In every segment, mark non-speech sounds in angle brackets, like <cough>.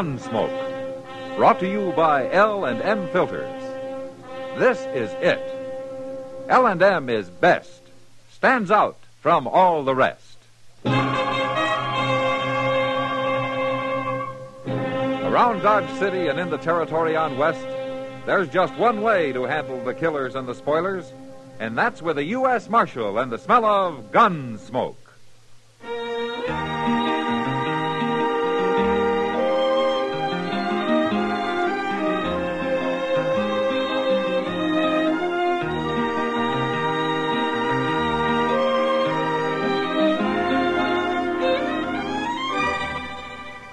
Gunsmoke. Brought to you by L&M Filters. This is it. L&M is best. Stands out from all the rest. Around Dodge City and in the territory on West, there's just one way to handle the killers and the spoilers, and that's with a U.S. Marshal and the smell of gun smoke.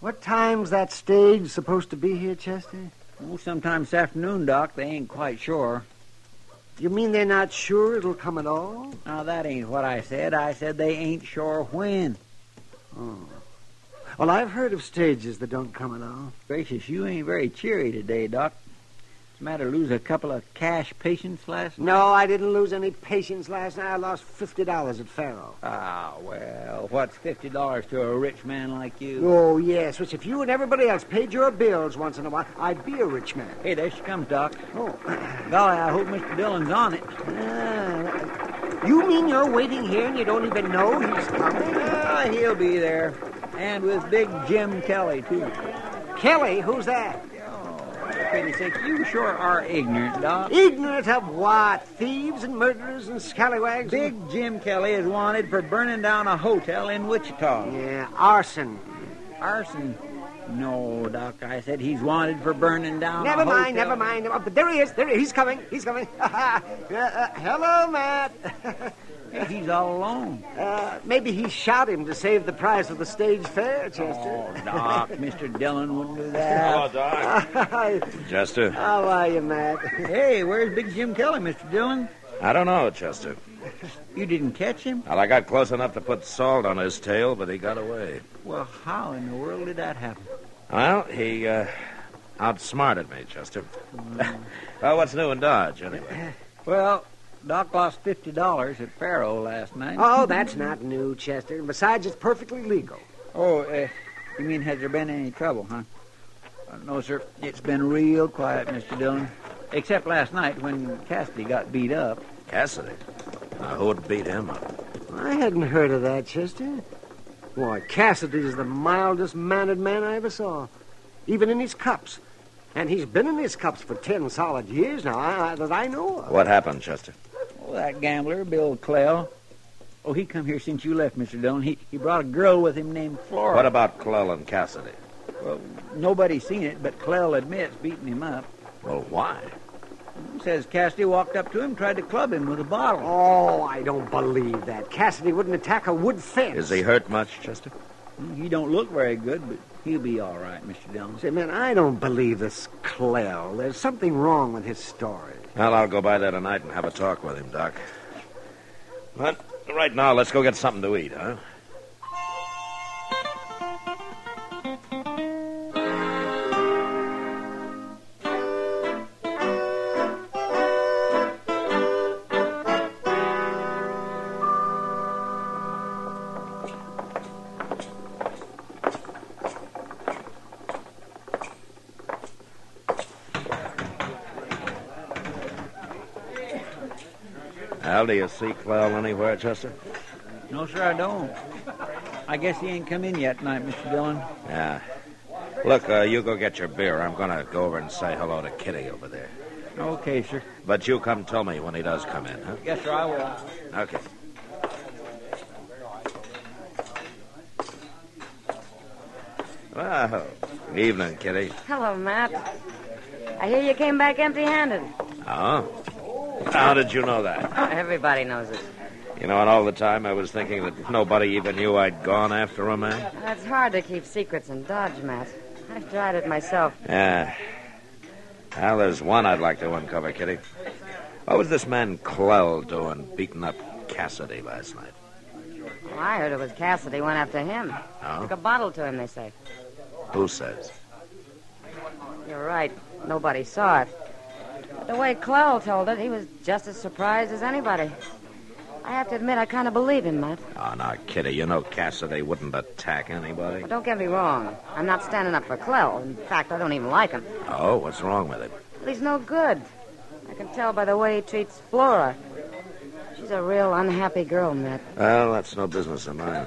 What time's that stage supposed to be here, Chester? Oh, sometime this afternoon, Doc. They ain't quite sure. You mean they're not sure it'll come at all? Now, that ain't what I said. I said they ain't sure when. Well, I've heard of stages that don't come at all. Gracious, you ain't very cheery today, Doc. What's the matter, lose a couple of cash patients last night? No, I didn't lose any patience last night. I lost fifty dollars at Faro. Ah, well, what's $50 to a rich man like you? Oh yes, which if you and everybody else paid your bills once in a while, I'd be a rich man. Hey, there she comes, Doc. Oh, Golly, I hope Mr. Dillon's on it. ah, <clears throat> you mean you're waiting here and you don't even know he's coming? Ah, he'll be there. And with big Jim Kelly, too. Kelly, who's that? Oh, for pity's sake, you sure are ignorant, Doc. Ignorant of what? Thieves and murderers and scallywags. and- Big Jim Kelly is wanted for burning down a hotel in Wichita. Yeah, arson. Arson. No, Doc, I said he's wanted for burning down a Never mind, Oh, hotel. never mind, never mind. But there he is. There he is. He's coming. He's coming. <laughs> Yeah, uh, hello, Matt. Hey, He's all alone. uh, maybe he shot him to save the price of the stage fare, Chester. Oh, <laughs> Doc, Mr. Dillon wouldn't do that. Chester? How are you, Matt? Hey, where's Big Jim Kelly, Mr. Dillon? I don't know, Chester. You didn't catch him? Well, I got close enough to put salt on his tail, but he got away. Well, how in the world did that happen? Well, he uh, outsmarted me, Chester. well, what's new in Dodge, anyway? Well, Doc lost fifty dollars at Faro last night. Oh, that's not new, Chester. And Besides, it's perfectly legal. Oh, uh, you mean has there been any trouble, huh? Uh, no, sir. It's been real quiet, Mr. Dillon. Except last night when Cassidy got beat up. Cassidy. Now, who'd beat him up? I hadn't heard of that, Chester. Why, Cassidy's the mildest mannered man I ever saw, even in his cups. And he's been in his cups for ten solid years now, I, I, that I know of. What happened, Chester? Oh, that gambler, Bill Clell. Oh, he come here since you left, Mr. Dillon. He, he brought a girl with him named Flora. What about Clell and Cassidy? Well, nobody's seen it, but Clell admits beating him up. Well, why? Says Cassidy walked up to him, tried to club him with a bottle. Oh, I don't believe that. Cassidy wouldn't attack a wood fence. Is he hurt much, Chester? He don't look very good, but he'll be all right, Mr. Dillon. Say, man, I don't believe this Clell. There's something wrong with his story. Well, I'll go by there tonight and have a talk with him, Doc. But right now, let's go get something to eat, huh? Al, do you see Clell anywhere, Chester? No, sir, I don't. I guess he ain't come in yet tonight, Mr. Dillon. Yeah. Look, uh, you go get your beer. I'm going to go over and say hello to Kitty over there. Okay, sir. But you come tell me when he does come in, huh? Yes, sir, I will. Okay. Well, evening, Kitty. Hello, Matt. I hear you came back empty handed. Oh? How did you know that? Everybody knows it. You know, and all the time I was thinking that nobody even knew I'd gone after a man. It's hard to keep secrets in Dodge, Matt. I've tried it myself. Yeah. Well, there's one I'd like to uncover, Kitty. What was this man Clell doing beating up Cassidy last night? Well, I heard it was Cassidy went after him. Took a Oh? bottle to him, they say. Who says? You're right. Nobody saw it. But the way Clell told it, he was just as surprised as anybody. I have to admit, I kind of believe him, Matt. Oh, now, Kitty, you know Cassidy wouldn't attack anybody. But don't get me wrong. I'm not standing up for Clell. In fact, I don't even like him. Oh, what's wrong with him? But he's no good. I can tell by the way he treats Flora. She's a real unhappy girl, Matt. Well, that's no business of mine.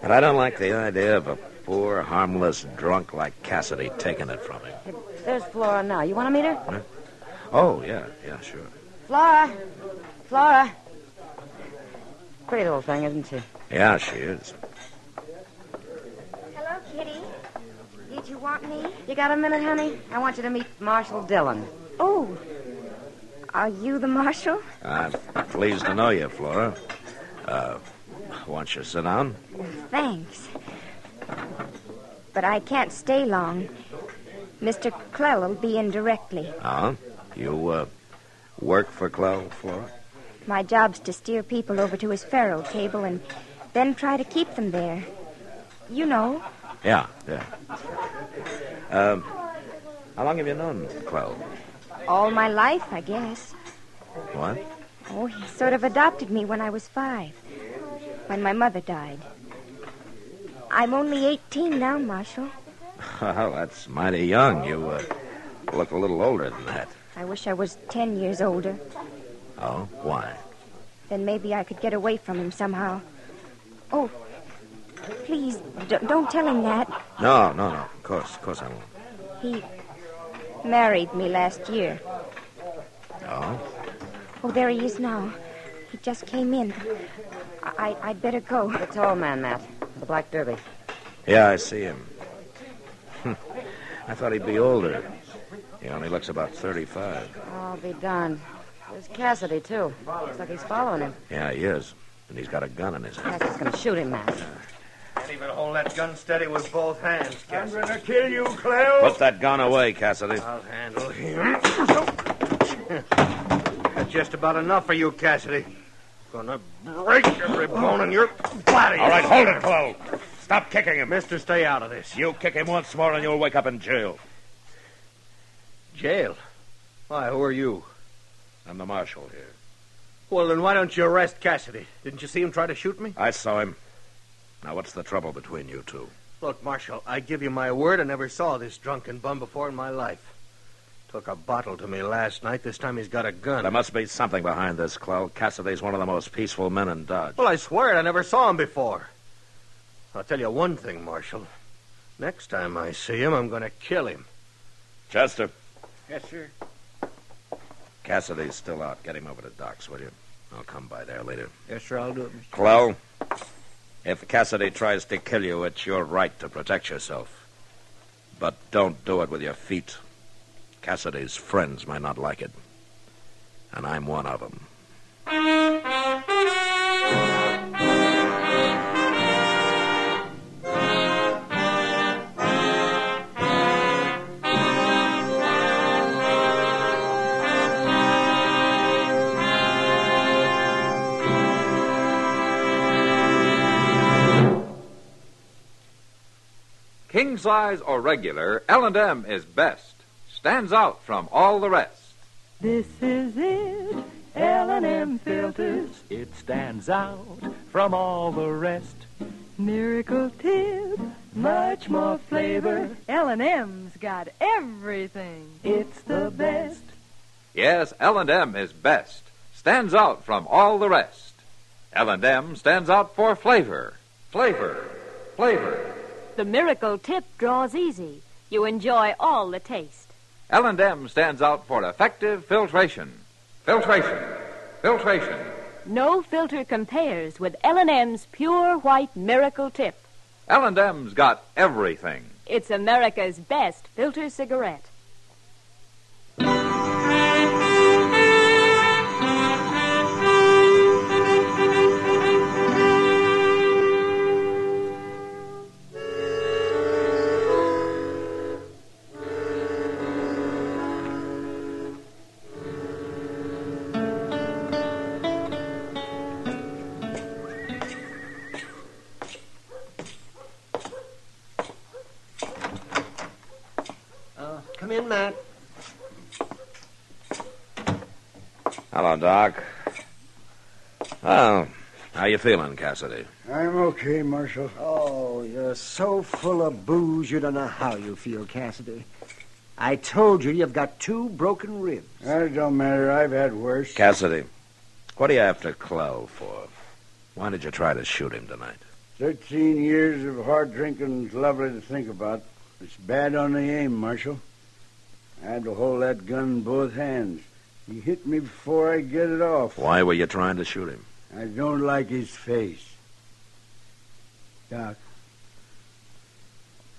But I don't like the idea of a poor, harmless drunk like Cassidy taking it from him. There's Flora now. You want to meet her? Oh, yeah, yeah, sure. Flora! Flora! Pretty little thing, isn't she? Yeah, she is. Hello, Kitty. Did you want me? You got a minute, honey? I want you to meet Marshall Dillon. Oh, are you the marshal? I'm pleased to know you, Flora. Uh, won't you sit down? Thanks. But I can't stay long. Mr. Clell will be in directly. Huh? You, uh, work for Clell, Flora? My job's to steer people over to his faro table and then try to keep them there. You know, Yeah, yeah. Um, how long have you known Clell? all my life, I guess. What? <laughs> Oh, he sort of adopted me when I was five, when my mother died. I'm only 18 now, Marshal. Well, Oh, that's mighty young. You, uh, look a little older than that. I wish I was 10 years older. Oh, why? Then maybe I could get away from him somehow. Oh, please, d- don't tell him that. No, no, no. Of course, of course I won't. He married me last year. Oh? Oh, there he is now. He just came in. I- I- I'd better go. The tall man, Matt. The black derby. Yeah, I see him. <laughs> Hmm. I thought he'd be older. He only looks about 35. I'll be darned. There's Cassidy, too. Looks like he's following him. Yeah, he is. And he's got a gun in his hand. Cassidy's gonna shoot him, Matt. Can't even hold that gun steady with both hands, Cassidy. gonna kill you, Clell. Put that gun away, Cassidy. I'll handle him. That's just about enough for you, Cassidy. Gonna break every bone in your body. All right, hold it, Clell. Stop kicking him. Mister, stay out of this. You kick him once more and you'll wake up in jail. Jail? Why, who are you? I'm the marshal here. Well, then why don't you arrest Cassidy? Didn't you see him try to shoot me? I saw him. Now, what's the trouble between you two? Look, Marshal, I give you my word I never saw this drunken bum before in my life. Took a bottle to me last night. This time he's got a gun. There must be something behind this, Clell. Cassidy's one of the most peaceful men in Dodge. Well, I swear it, I never saw him before. I'll tell you one thing, Marshal. Next time I see him, I'm going to kill him. Chester. Yes, sir. Cassidy's still out. Get him over to Doc's, will you? I'll come by there later. Yes, sir, I'll do it, Mr. Clell, if Cassidy tries to kill you, it's your right to protect yourself. But don't do it with your feet. Cassidy's friends might not like it. And I'm one of them. King size or regular, L&M is best. Stands out from all the rest. This is it, L&M filters. It stands out from all the rest. Miracle tip, much more flavor. L&M's got everything. It's the best. Yes, L&M is best. Stands out from all the rest. L&M stands out for flavor. Flavor. Flavor. The miracle tip draws easy. You enjoy all the taste. L&M stands out for effective filtration. Filtration. Filtration. No filter compares with L&M's pure white miracle tip. L&M's got everything. It's America's best filter cigarette. Come in, Matt. Hello, Doc. Well, how you feeling, Cassidy? I'm okay, Marshal. Oh, you're so full of booze, you don't know how you feel, Cassidy. I told you you've got two broken ribs. It don't matter. I've had worse. Cassidy, what are you after Clell for? Why did you try to shoot him tonight? Thirteen years of hard drinking is lovely to think about. It's bad on the aim, Marshal. I had to hold that gun in both hands. He hit me before I get it off. Why were you trying to shoot him? I don't like his face. Doc,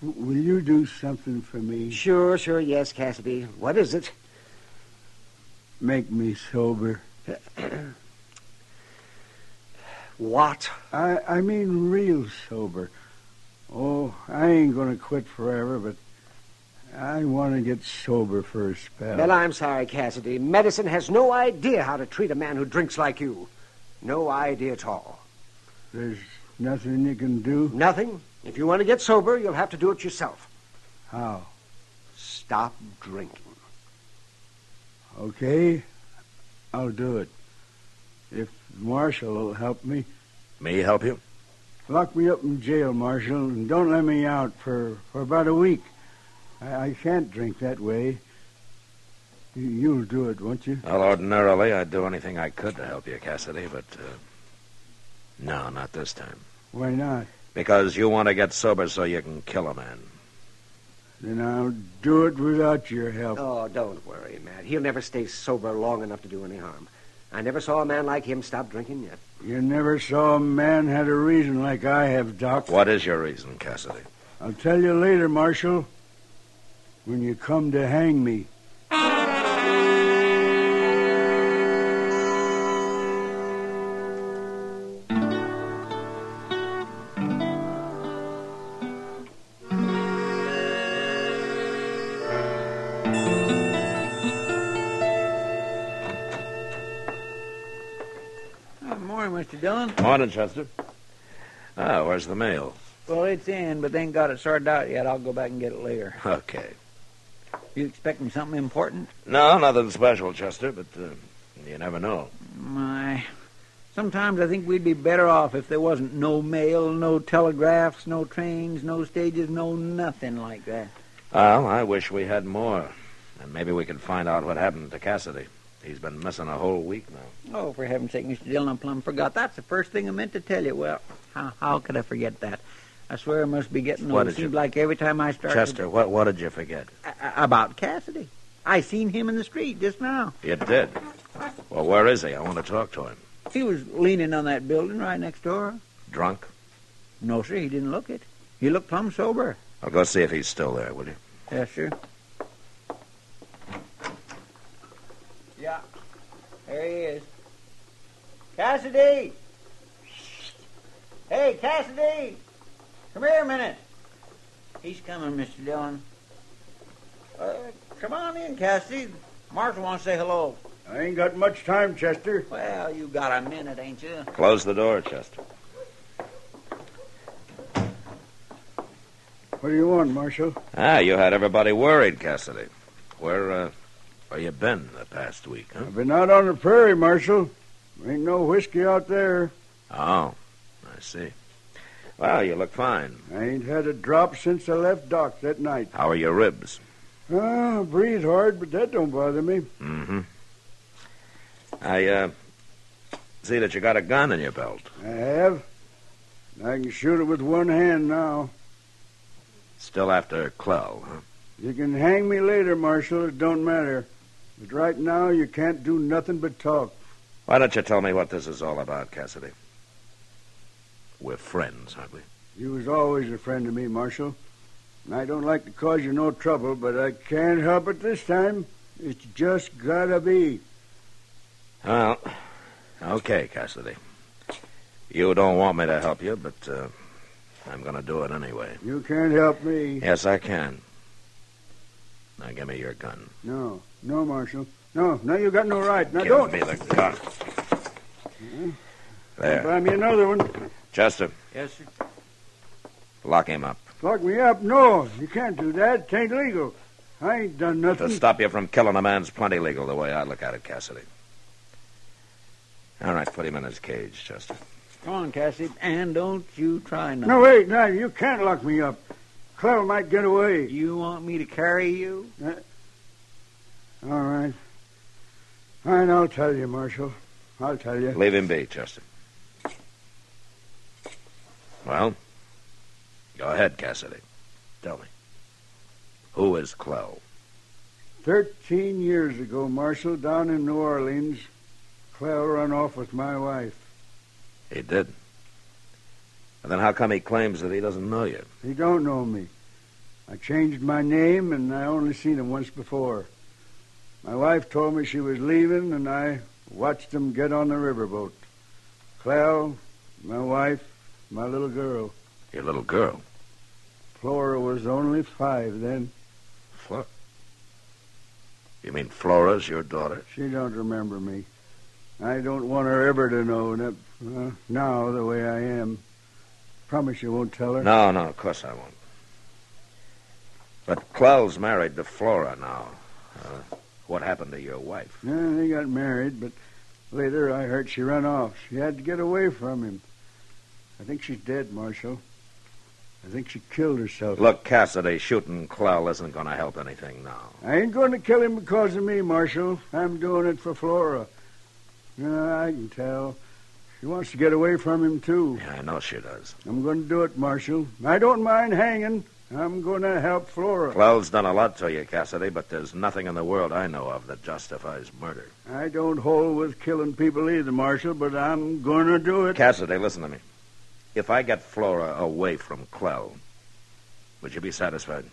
w- will you do something for me? Sure, sure, yes, Cassidy. What is it? Make me sober. What? I, I mean real sober. Oh, I ain't going to quit forever, but I want to get sober for a spell. Well, I'm sorry, Cassidy. Medicine has no idea how to treat a man who drinks like you. No idea at all. There's nothing you can do? Nothing. If you want to get sober, you'll have to do it yourself. How? Stop drinking. Okay, I'll do it. If Marshall will help me, Me help you? lock me up in jail, Marshall, and don't let me out for, for about a week. I, I can't drink that way. You, you'll do it, won't you? Well, ordinarily, I'd do anything I could to help you, Cassidy, but uh, no, not this time. Why not? Because you want to get sober so you can kill a man. Then I'll do it without your help. Oh, don't worry, Matt. He'll never stay sober long enough to do any harm. I never saw a man like him stop drinking yet. You never saw a man had a reason like I have, Doc. What is your reason, Cassidy? I'll tell you later, Marshal, when you come to hang me. Good morning, Mr. Dillon. Morning, Chester. Ah, where's the mail? Well, it's in, but they ain't got it sorted out yet. I'll go back and get it later. Okay. You expecting something important? No, nothing special, Chester, but uh, you never know. My. Sometimes I think we'd be better off if there wasn't no mail, no telegraphs, no trains, no stages, no nothing like that. Well, I wish we had more. And maybe we could find out what happened to Cassidy. He's been missing a whole week now. Oh, for heaven's sake, Mr. Dillon, I plumb forgot. That's the first thing I meant to tell you. Well, how, how could I forget that? I swear I must be getting What old. did you- Seems like every time I start... Chester, what, what did you forget? A- a- about Cassidy. I seen him in the street just now. You did. Well, where is he? I want to talk to him. He was leaning on that building right next door. Drunk? No, sir, he didn't look it. He looked plumb sober. I'll go see if he's still there, will you? Yes, sir. Yeah, there he is. Cassidy! Hey, Cassidy! Come here a minute. He's coming, Mr. Dillon. Uh, come on in, Cassidy. Marshal wants to say hello. I ain't got much time, Chester. Well, you got a minute, ain't you? Close the door, Chester. What do you want, Marshal? Ah, you had everybody worried, Cassidy. Where, uh, where you been the past week, huh? I've been out on the prairie, Marshal. Ain't no whiskey out there. Oh, I see. Well, you look fine. I ain't had a drop since I left Doc that night. How are your ribs? Ah, I breathe hard, but that don't bother me. Mm-hmm. I, uh, see that you got a gun in your belt. I have. I can shoot it with one hand now. Still after Clell, huh? You can hang me later, Marshal. It don't matter. But right now, you can't do nothing but talk. Why don't you tell me what this is all about, Cassidy? We're friends, aren't we? You was always a friend to me, Marshal. And I don't like to cause you no trouble, but I can't help it this time. It's just gotta be. Well, okay, Cassidy. You don't want me to help you, but uh, I'm going to do it anyway. You can't help me. Yes, I can. Now give me your gun. No, no, Marshal. No, no, you got no right. Now give don't. me the gun. There. Buy me another one. Chester, Yes, sir. lock him up. Lock me up. No, you can't do that. It ain't legal. I ain't done nothing. To stop you from killing a man's plenty legal the way I look at it, Cassidy. All right, put him in his cage, Chester. Come on, Cassie, and don't you try nothing. No, wait, no, you can't lock me up. Clell might get away. You want me to carry you? All right. All right, I'll tell you, Marshal. I'll tell you. Leave him be, Chester. Well, go ahead, Cassidy. Tell me. Who is Clell? Thirteen years ago, Marshal, down in New Orleans, Clell run off with my wife. He did. And then how come he claims that he doesn't know you? He don't know me. I changed my name, and I only seen him once before. My wife told me she was leaving, and I watched them get on the riverboat. Clell, my wife, my little girl. Your little girl. Flora was only five then. Flora. You mean Flora's your daughter? She don't remember me. I don't want her ever to know that uh, now the way I am. Promise you won't tell her. No, no, of course I won't. But Clell's married to Flora now. Uh, what happened to your wife? Yeah, they got married, but later I heard she run off. She had to get away from him. I think she's dead, Marshal. I think she killed herself. Look, Cassidy, shooting Clell isn't going to help anything now. I ain't going to kill him because of me, Marshal. I'm doing it for Flora. Yeah, I can tell. She wants to get away from him, too. Yeah, I know she does. I'm going to do it, Marshal. I don't mind hanging. I'm going to help Flora. Clell's done a lot to you, Cassidy, but there's nothing in the world I know of that justifies murder. I don't hold with killing people either, Marshal, but I'm going to do it. Cassidy, listen to me. If I get Flora away from Clell, would you be satisfied?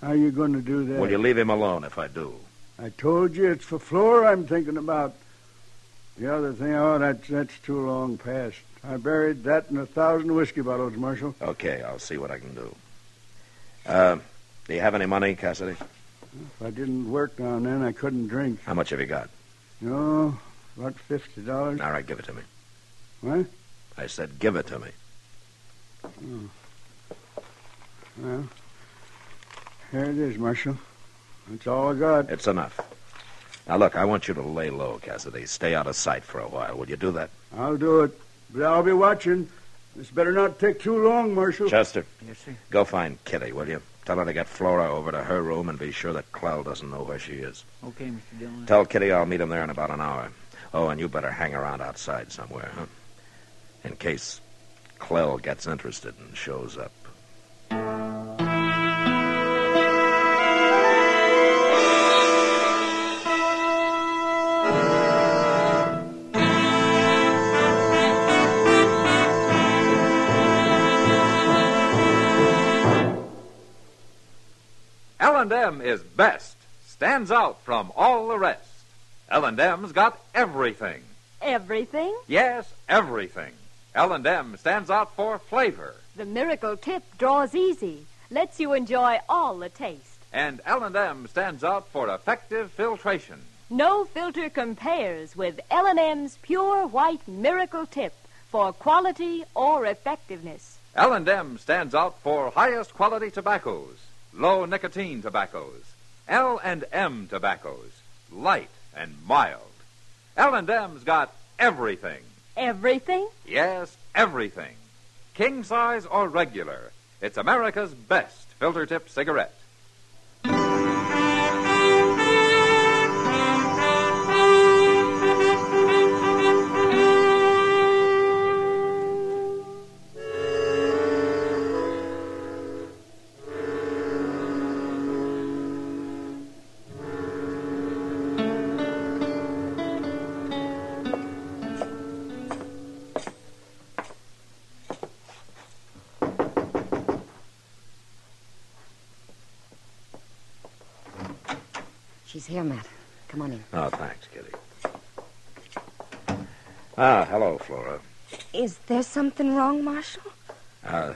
How you going to do that? Will you leave him alone if I do? I told you it's for Flora I'm thinking about. The other thing, oh, that's, that's too long past. I buried that in a thousand whiskey bottles, Marshal. Okay, I'll see what I can do. Uh, do you have any money, Cassidy? If I didn't work down then, I couldn't drink. How much have you got? No, about fifty dollars. All right, give it to me. What? I said, give it to me. Well, here it is, Marshal. That's all I got. It's enough. Now, look, I want you to lay low, Cassidy. Stay out of sight for a while. Will you do that? I'll do it, but I'll be watching. This better not take too long, Marshal. Chester, Yes, sir. go find Kitty, will you? Tell her to get Flora over to her room and be sure that Clell doesn't know where she is. Okay, Mr. Dillon. Tell Kitty I'll meet him there in about an hour. Oh, and you better hang around outside somewhere, huh? In case Clell gets interested and shows up. L&M is best, stands out from all the rest. L&M's got everything. Everything? Yes, everything. L&M stands out for flavor, The miracle tip draws easy, lets you enjoy all the taste. and L&M stands out for effective filtration. No filter compares with L&M's pure white miracle tip for quality or effectiveness. L&M stands out for highest quality tobaccos, low nicotine tobaccos, L&M tobaccos, light and mild. L&M's got everything. Everything? Yes, everything. King size or regular. It's America's best filter tip cigarette. She's here, Matt. Come on in. Oh, thanks, Kitty. Ah, hello, Flora. Is there something wrong, Marshal? Uh,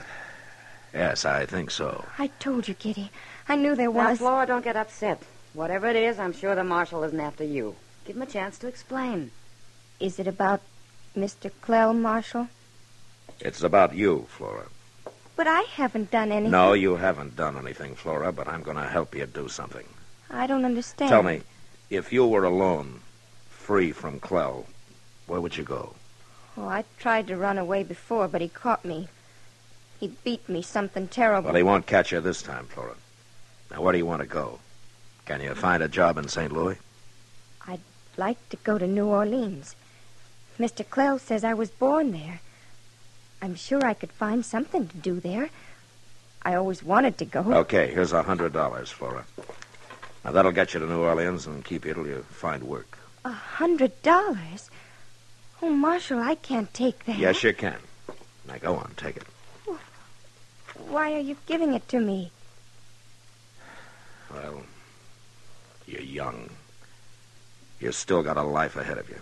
yes, I think so. I told you, Kitty. I knew there Now, was. Flora, don't get upset. Whatever it is, I'm sure the marshal isn't after you. Give him a chance to explain. Is it about Mr. Clell, Marshal? It's about you, Flora. But I haven't done anything. No, you haven't done anything, Flora, but I'm going to help you do something. I don't understand. Tell me, if you were alone, free from Clell, where would you go? Oh, I tried to run away before, but he caught me. He beat me something terrible. Well, he won't catch you this time, Flora. Now, where do you want to go? Can you find a job in St. Louis? I'd like to go to New Orleans. Mr. Clell says I was born there. I'm sure I could find something to do there. I always wanted to go. Okay, here's a hundred dollars, Flora. Now that'll get you to New Orleans and keep you till you find work. A hundred dollars? Oh, Marshal, I can't take that. Yes, you can. Now go on, take it. Why are you giving it to me? Well, you're young. You still got a life ahead of you.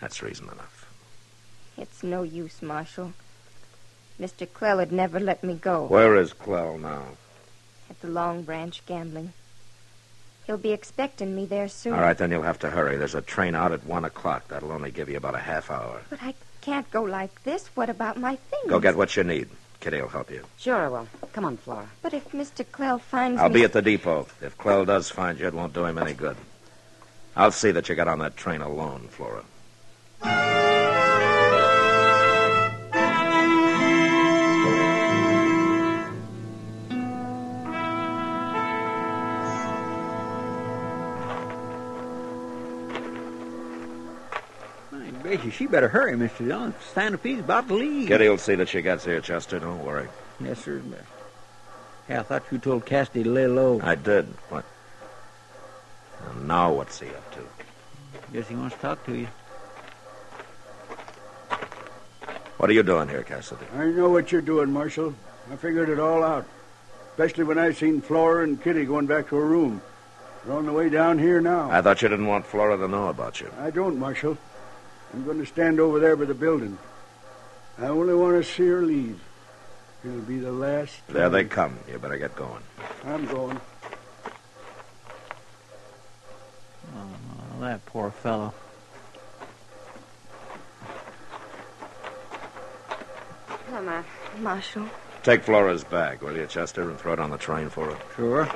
That's reason enough. It's no use, Marshal. Mr. Clell would never let me go Where is Clell now? at the Long Branch gambling. He'll be expecting me there soon. All right, then you'll have to hurry. There's a train out at one o'clock. That'll only give you about a half hour. But I can't go like this. What about my things? Go get what you need. Kitty will help you. Sure, I will. Come on, Flora. But if Mr. Clell finds I'll me... be at the depot. If Clell does find you, it won't do him any good. I'll see that you get on that train alone, Flora. My gracious, she better hurry, Mr. Dillon. Stanope's about to leave. Kitty will see that she gets here, Chester. Don't worry. Yes, sir. Yeah, I thought you told Cassidy to lay low. I did. What? And now what's he up to? Guess he wants to talk to you. What are you doing here, Cassidy? I know what you're doing, Marshal. I figured it all out. Especially when I seen Flora and Kitty going back to her room. They're on the way down here now. I thought you didn't want Flora to know about you. I don't, Marshal. I'm going to stand over there by the building. I only want to see her leave. It'll be the last. There they time. come. You better get going. I'm going. Oh, that poor fellow. Hello, Matt. Marshal, Take Flora's bag, will you, Chester, and throw it on the train for her. Sure.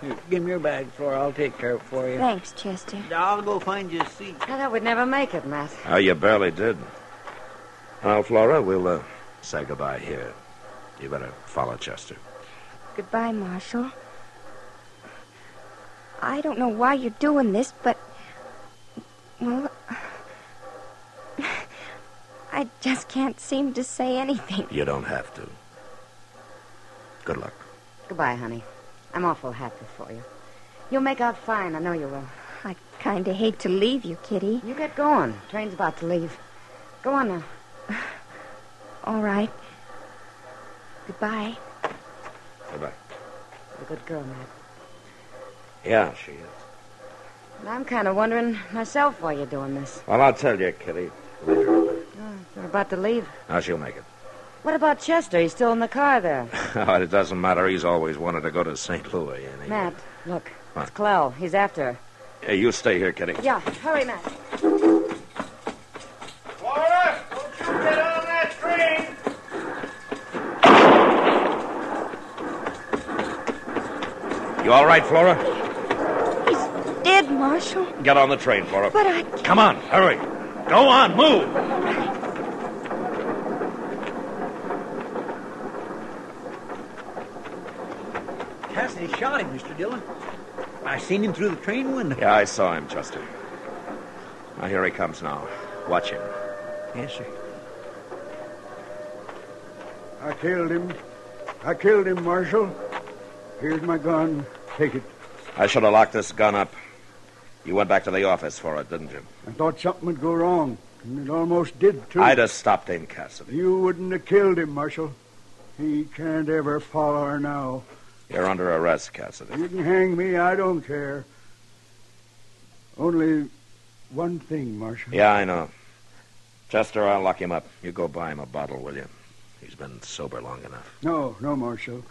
Here, give me your bag, Flora. I'll take care of it for you. thanks, Chester. I'll go find you a seat. I thought we'd never make it, Matt. Oh, you barely did. Well, Flora, we'll uh, say goodbye here. You better follow Chester. Goodbye, Marshal. I don't know why you're doing this, but. Well. <laughs> I just can't seem to say anything. You don't have to. Good luck. Goodbye, honey. I'm awful happy for you. You'll make out fine. I know you will. I kinda hate to leave you, Kitty. You get going. Train's about to leave. Go on now. All right. Goodbye. Goodbye. You're a good girl, Matt. Yeah, she is. And I'm kind of wondering myself why you're doing this. Well, I'll tell you, Kitty. Later. They're about to leave. Now she'll make it. <laughs> What about Chester? He's still in the car there. Oh, it doesn't matter. He's always wanted to go to St. Louis. And he... Matt, look. What? It's Clell. He's after her. Hey, you stay here, Kitty. Yeah, hurry, Matt. Flora, don't you get on that train. You all right, Flora? Dead, Marshal? Get on the train, Flora. But I. Come on, hurry. Go on, move. Cassidy shot him, Mr. Dillon. I seen him through the train window. Yeah, I saw him, Chester. Now, here he comes now. Watch him. Yes, sir. I killed him. I killed him, Marshal. Here's my gun. Take it. I should have locked this gun up. You went back to the office for it, didn't you? I thought something would go wrong, and it almost did, too. I'd have stopped him, Cassidy. You wouldn't have killed him, Marshal. He can't ever follow her now. You're under arrest, Cassidy. You can hang me. I don't care. Only one thing, Marshal. Yeah, I know. Chester, I'll lock him up. You go buy him a bottle, will you? He's been sober long enough. No, no, Marshal.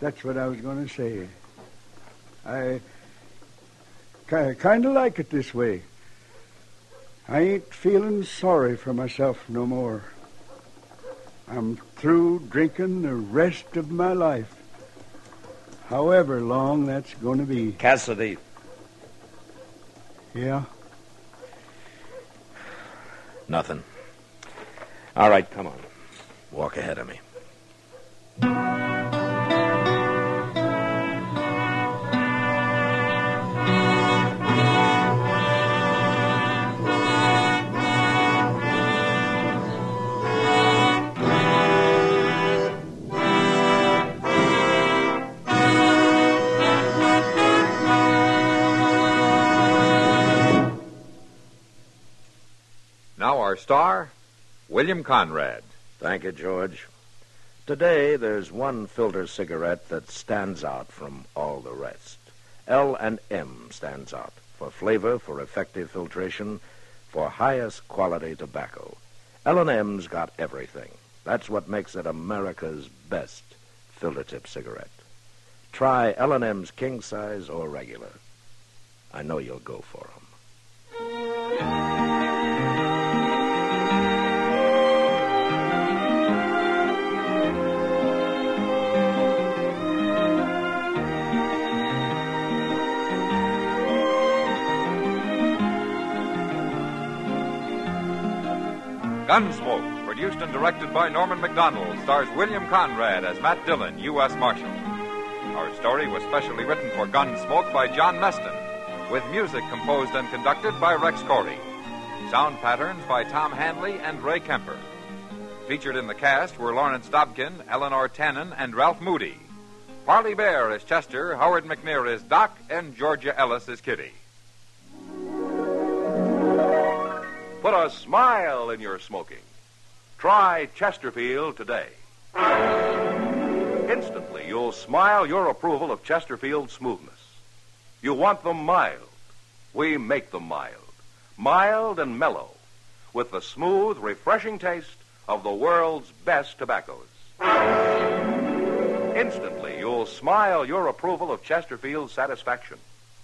That's what I was going to say. I kind of like it this way. I ain't feeling sorry for myself no more. I'm through drinking the rest of my life, however long that's going to be. Cassidy, Yeah, nothing. All right, come on. Walk ahead of me. Now our star, William Conrad. Thank you, George. Today, there's one filter cigarette that stands out from all the rest. L and M stands out for flavor, for effective filtration, for highest quality tobacco. L and M's got everything. That's what makes it America's best filter tip cigarette. Try L and M's king size or regular. I know you'll go for 'em. Gunsmoke, produced and directed by Norman McDonald, stars William Conrad as Matt Dillon, U.S. Marshal. Our story was specially written for Gunsmoke by John Meston, with music composed and conducted by Rex Corey. Sound patterns by Tom Hanley and Ray Kemper. Featured in the cast were Lawrence Dobkin, Eleanor Tannen, and Ralph Moody. Parley Bear is Chester, Howard McNear is Doc, and Georgia Ellis is Kitty. Put a smile in your smoking. Try Chesterfield today. Instantly, you'll smile your approval of Chesterfield's smoothness. You want them mild. We make them mild. Mild and mellow, with the smooth, refreshing taste of the world's best tobaccos. Instantly, you'll smile your approval of Chesterfield's satisfaction.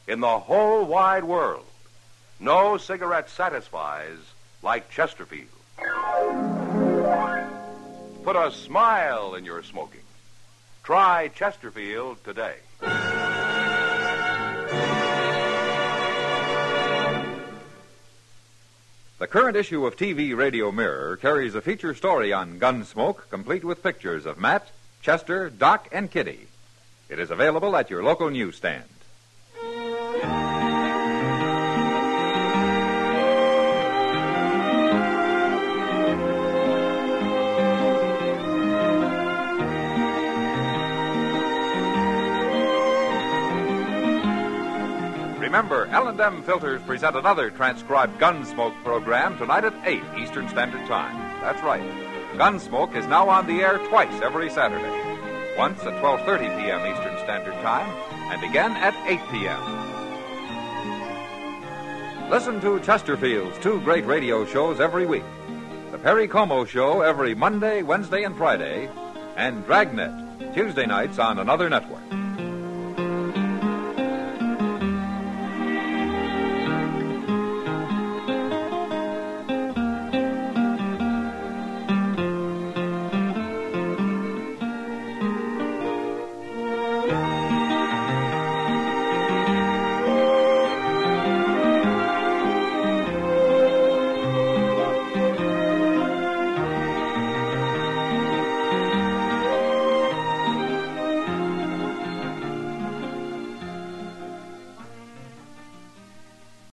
In the whole wide world, no cigarette satisfies like Chesterfield. Put a smile in your smoking. Try Chesterfield today. The current issue of TV Radio Mirror carries a feature story on Gunsmoke, complete with pictures of Matt, Chester, Doc, and Kitty. It is available at your local newsstand. Remember, L&M Filters present another transcribed Gunsmoke program tonight at 8 Eastern Standard Time. That's right. Gunsmoke is now on the air twice every Saturday. Once at 12:30 p.m. Eastern Standard Time and again at 8 p.m. Listen to Chesterfield's two great radio shows every week. The Perry Como show every Monday, Wednesday, and Friday, and Dragnet Tuesday nights on another network.